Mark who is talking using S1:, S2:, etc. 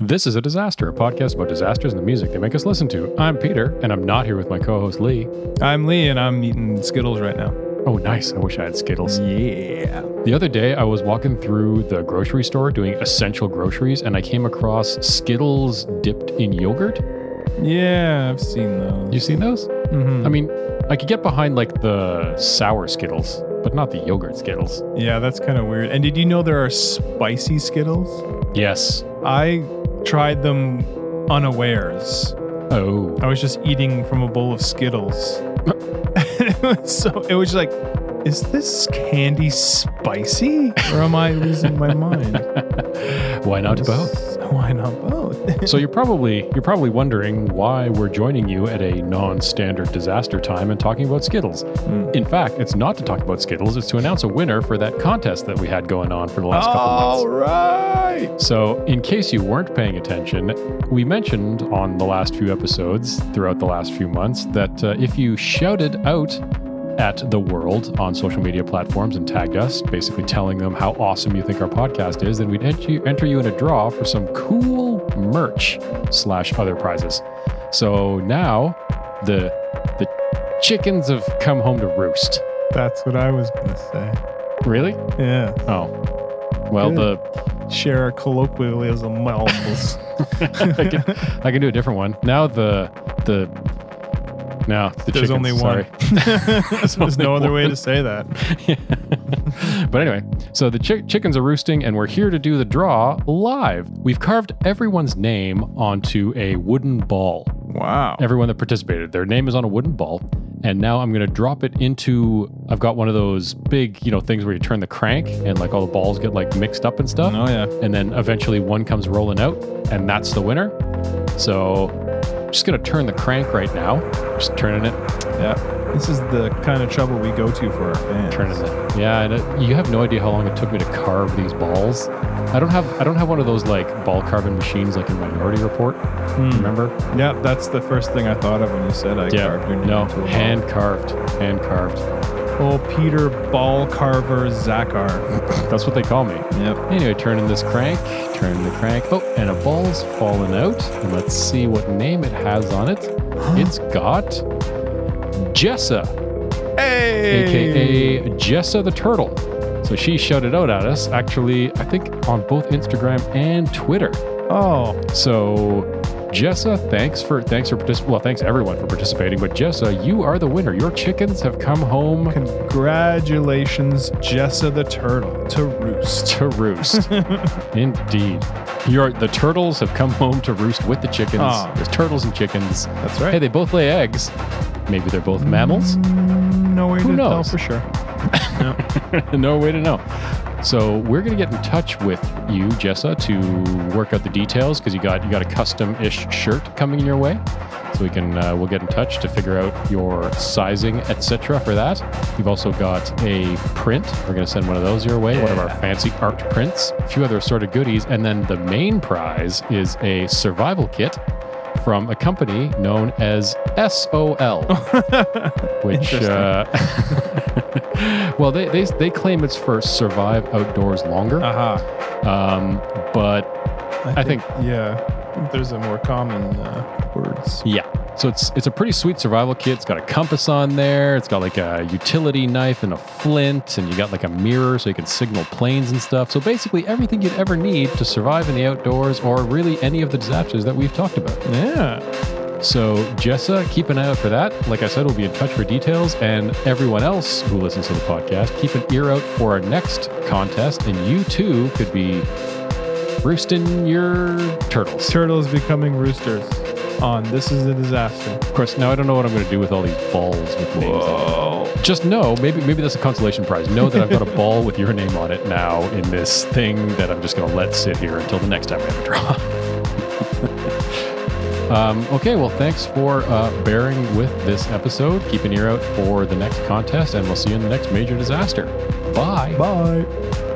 S1: This is a disaster, a podcast about disasters and the music they make us listen to. I'm Peter, and I'm not here with my co-host Lee.
S2: I'm Lee, and I'm eating Skittles right now.
S1: Oh, nice! I wish I had Skittles.
S2: Yeah.
S1: The other day, I was walking through the grocery store doing essential groceries, and I came across Skittles dipped in yogurt.
S2: Yeah, I've seen those.
S1: You seen those?
S2: Mhm.
S1: I mean, I could get behind like the sour Skittles, but not the yogurt Skittles.
S2: yeah, that's kind of weird. And did you know there are spicy Skittles?
S1: Yes.
S2: I tried them unawares.
S1: Oh.
S2: I was just eating from a bowl of Skittles. it was so it was like, is this candy spicy, or am I losing my mind?
S1: Why not both?
S2: Why not both?
S1: So you're probably you're probably wondering why we're joining you at a non-standard disaster time and talking about Skittles.
S2: Mm.
S1: In fact, it's not to talk about Skittles, it's to announce a winner for that contest that we had going on for the last couple
S2: All right.
S1: months. So, in case you weren't paying attention, we mentioned on the last few episodes throughout the last few months that uh, if you shouted out at the world on social media platforms and tagged us, basically telling them how awesome you think our podcast is, then we'd ent- you- enter you in a draw for some cool merch slash other prizes. So now the the chickens have come home to roost.
S2: That's what I was gonna say.
S1: Really?
S2: Yeah.
S1: Oh. Well,
S2: Good.
S1: the
S2: Share a colloquialism mouths.
S1: I, can, I can do a different one. Now the the no, the
S2: There's
S1: chickens,
S2: only one.
S1: sorry.
S2: There's
S1: only
S2: no other way
S1: one.
S2: to say that.
S1: but anyway, so the chick chickens are roosting, and we're here to do the draw live. We've carved everyone's name onto a wooden ball.
S2: Wow.
S1: Everyone that participated, their name is on a wooden ball, and now I'm going to drop it into. I've got one of those big, you know, things where you turn the crank and like all the balls get like mixed up and stuff,
S2: Oh yeah.
S1: and then eventually one comes rolling out, and that's the winner. So. I'm Just gonna turn the crank right now. Just turning it,
S2: Yeah. This is the kind of trouble we go to for our fans.
S1: turning it. Yeah, and it, you have no idea how long it took me to carve these balls. I don't have I don't have one of those like ball carving machines like in Minority Report.
S2: Hmm.
S1: Remember?
S2: Yeah, that's the first thing I thought of when you said I carved your name
S1: No,
S2: into a ball.
S1: hand carved, hand carved.
S2: Oh, Peter Ball Carver Zachar.
S1: That's what they call me.
S2: Yep.
S1: Anyway, turning this crank, turning the crank. Oh, and a ball's fallen out. And let's see what name it has on it. It's got Jessa,
S2: Hey.
S1: aka Jessa the Turtle. So she shouted out at us, actually, I think on both Instagram and Twitter.
S2: Oh.
S1: So, Jessa, thanks for thanks for participating. Well, thanks everyone for participating. But Jessa, you are the winner. Your chickens have come home
S2: Congratulations, Jessa the Turtle, to roost.
S1: to roost. Indeed, your the turtles have come home to roost with the chickens.
S2: Aw.
S1: There's turtles and chickens.
S2: That's
S1: Hey, they both lay eggs. Maybe they're both mammals.
S2: Mm, No way
S1: Who
S2: to tell
S1: knows?
S2: for sure.
S1: no way to know. So we're gonna get in touch with you, Jessa, to work out the details because you got you got a custom-ish shirt coming your way. So we can uh, we'll get in touch to figure out your sizing, etc. For that, you've also got a print. We're gonna send one of those your way, one of our
S2: Yeah.
S1: fancy art prints, a few other assorted goodies, and then the main prize is a survival kit from a company known as SOL which uh, well they, they they claim it's for survive outdoors
S2: Uh.
S1: longer
S2: Aha.
S1: um, but I think-
S2: yeah, there's a more common uh, words.
S1: yeah so it's it's a pretty sweet survival kit it's got a compass on there it's got like a utility knife and a flint and you got like a mirror so you can signal planes and stuff so basically everything you'd ever need to survive in the outdoors or really any of the disasters that we've talked about
S2: Yeah.
S1: So, Jessa, keep an eye out for that. Like I said, we'll be in touch for details. And everyone else who listens to the podcast, keep an ear out for our next contest. And you too could be roosting your turtles.
S2: Turtles becoming roosters on This Is a Disaster.
S1: Of course, now I don't know what I'm going to do with all these balls with names. on them. Just know, maybe maybe that's a consolation prize. Know that I've got a ball with your name on it now in this thing that I'm just going to let sit here until the next time we have a draw. Um, okay, well, thanks for uh, bearing with this episode. Keep an ear out for the next contest, and we'll see you in the next major disaster. Bye.
S2: Bye.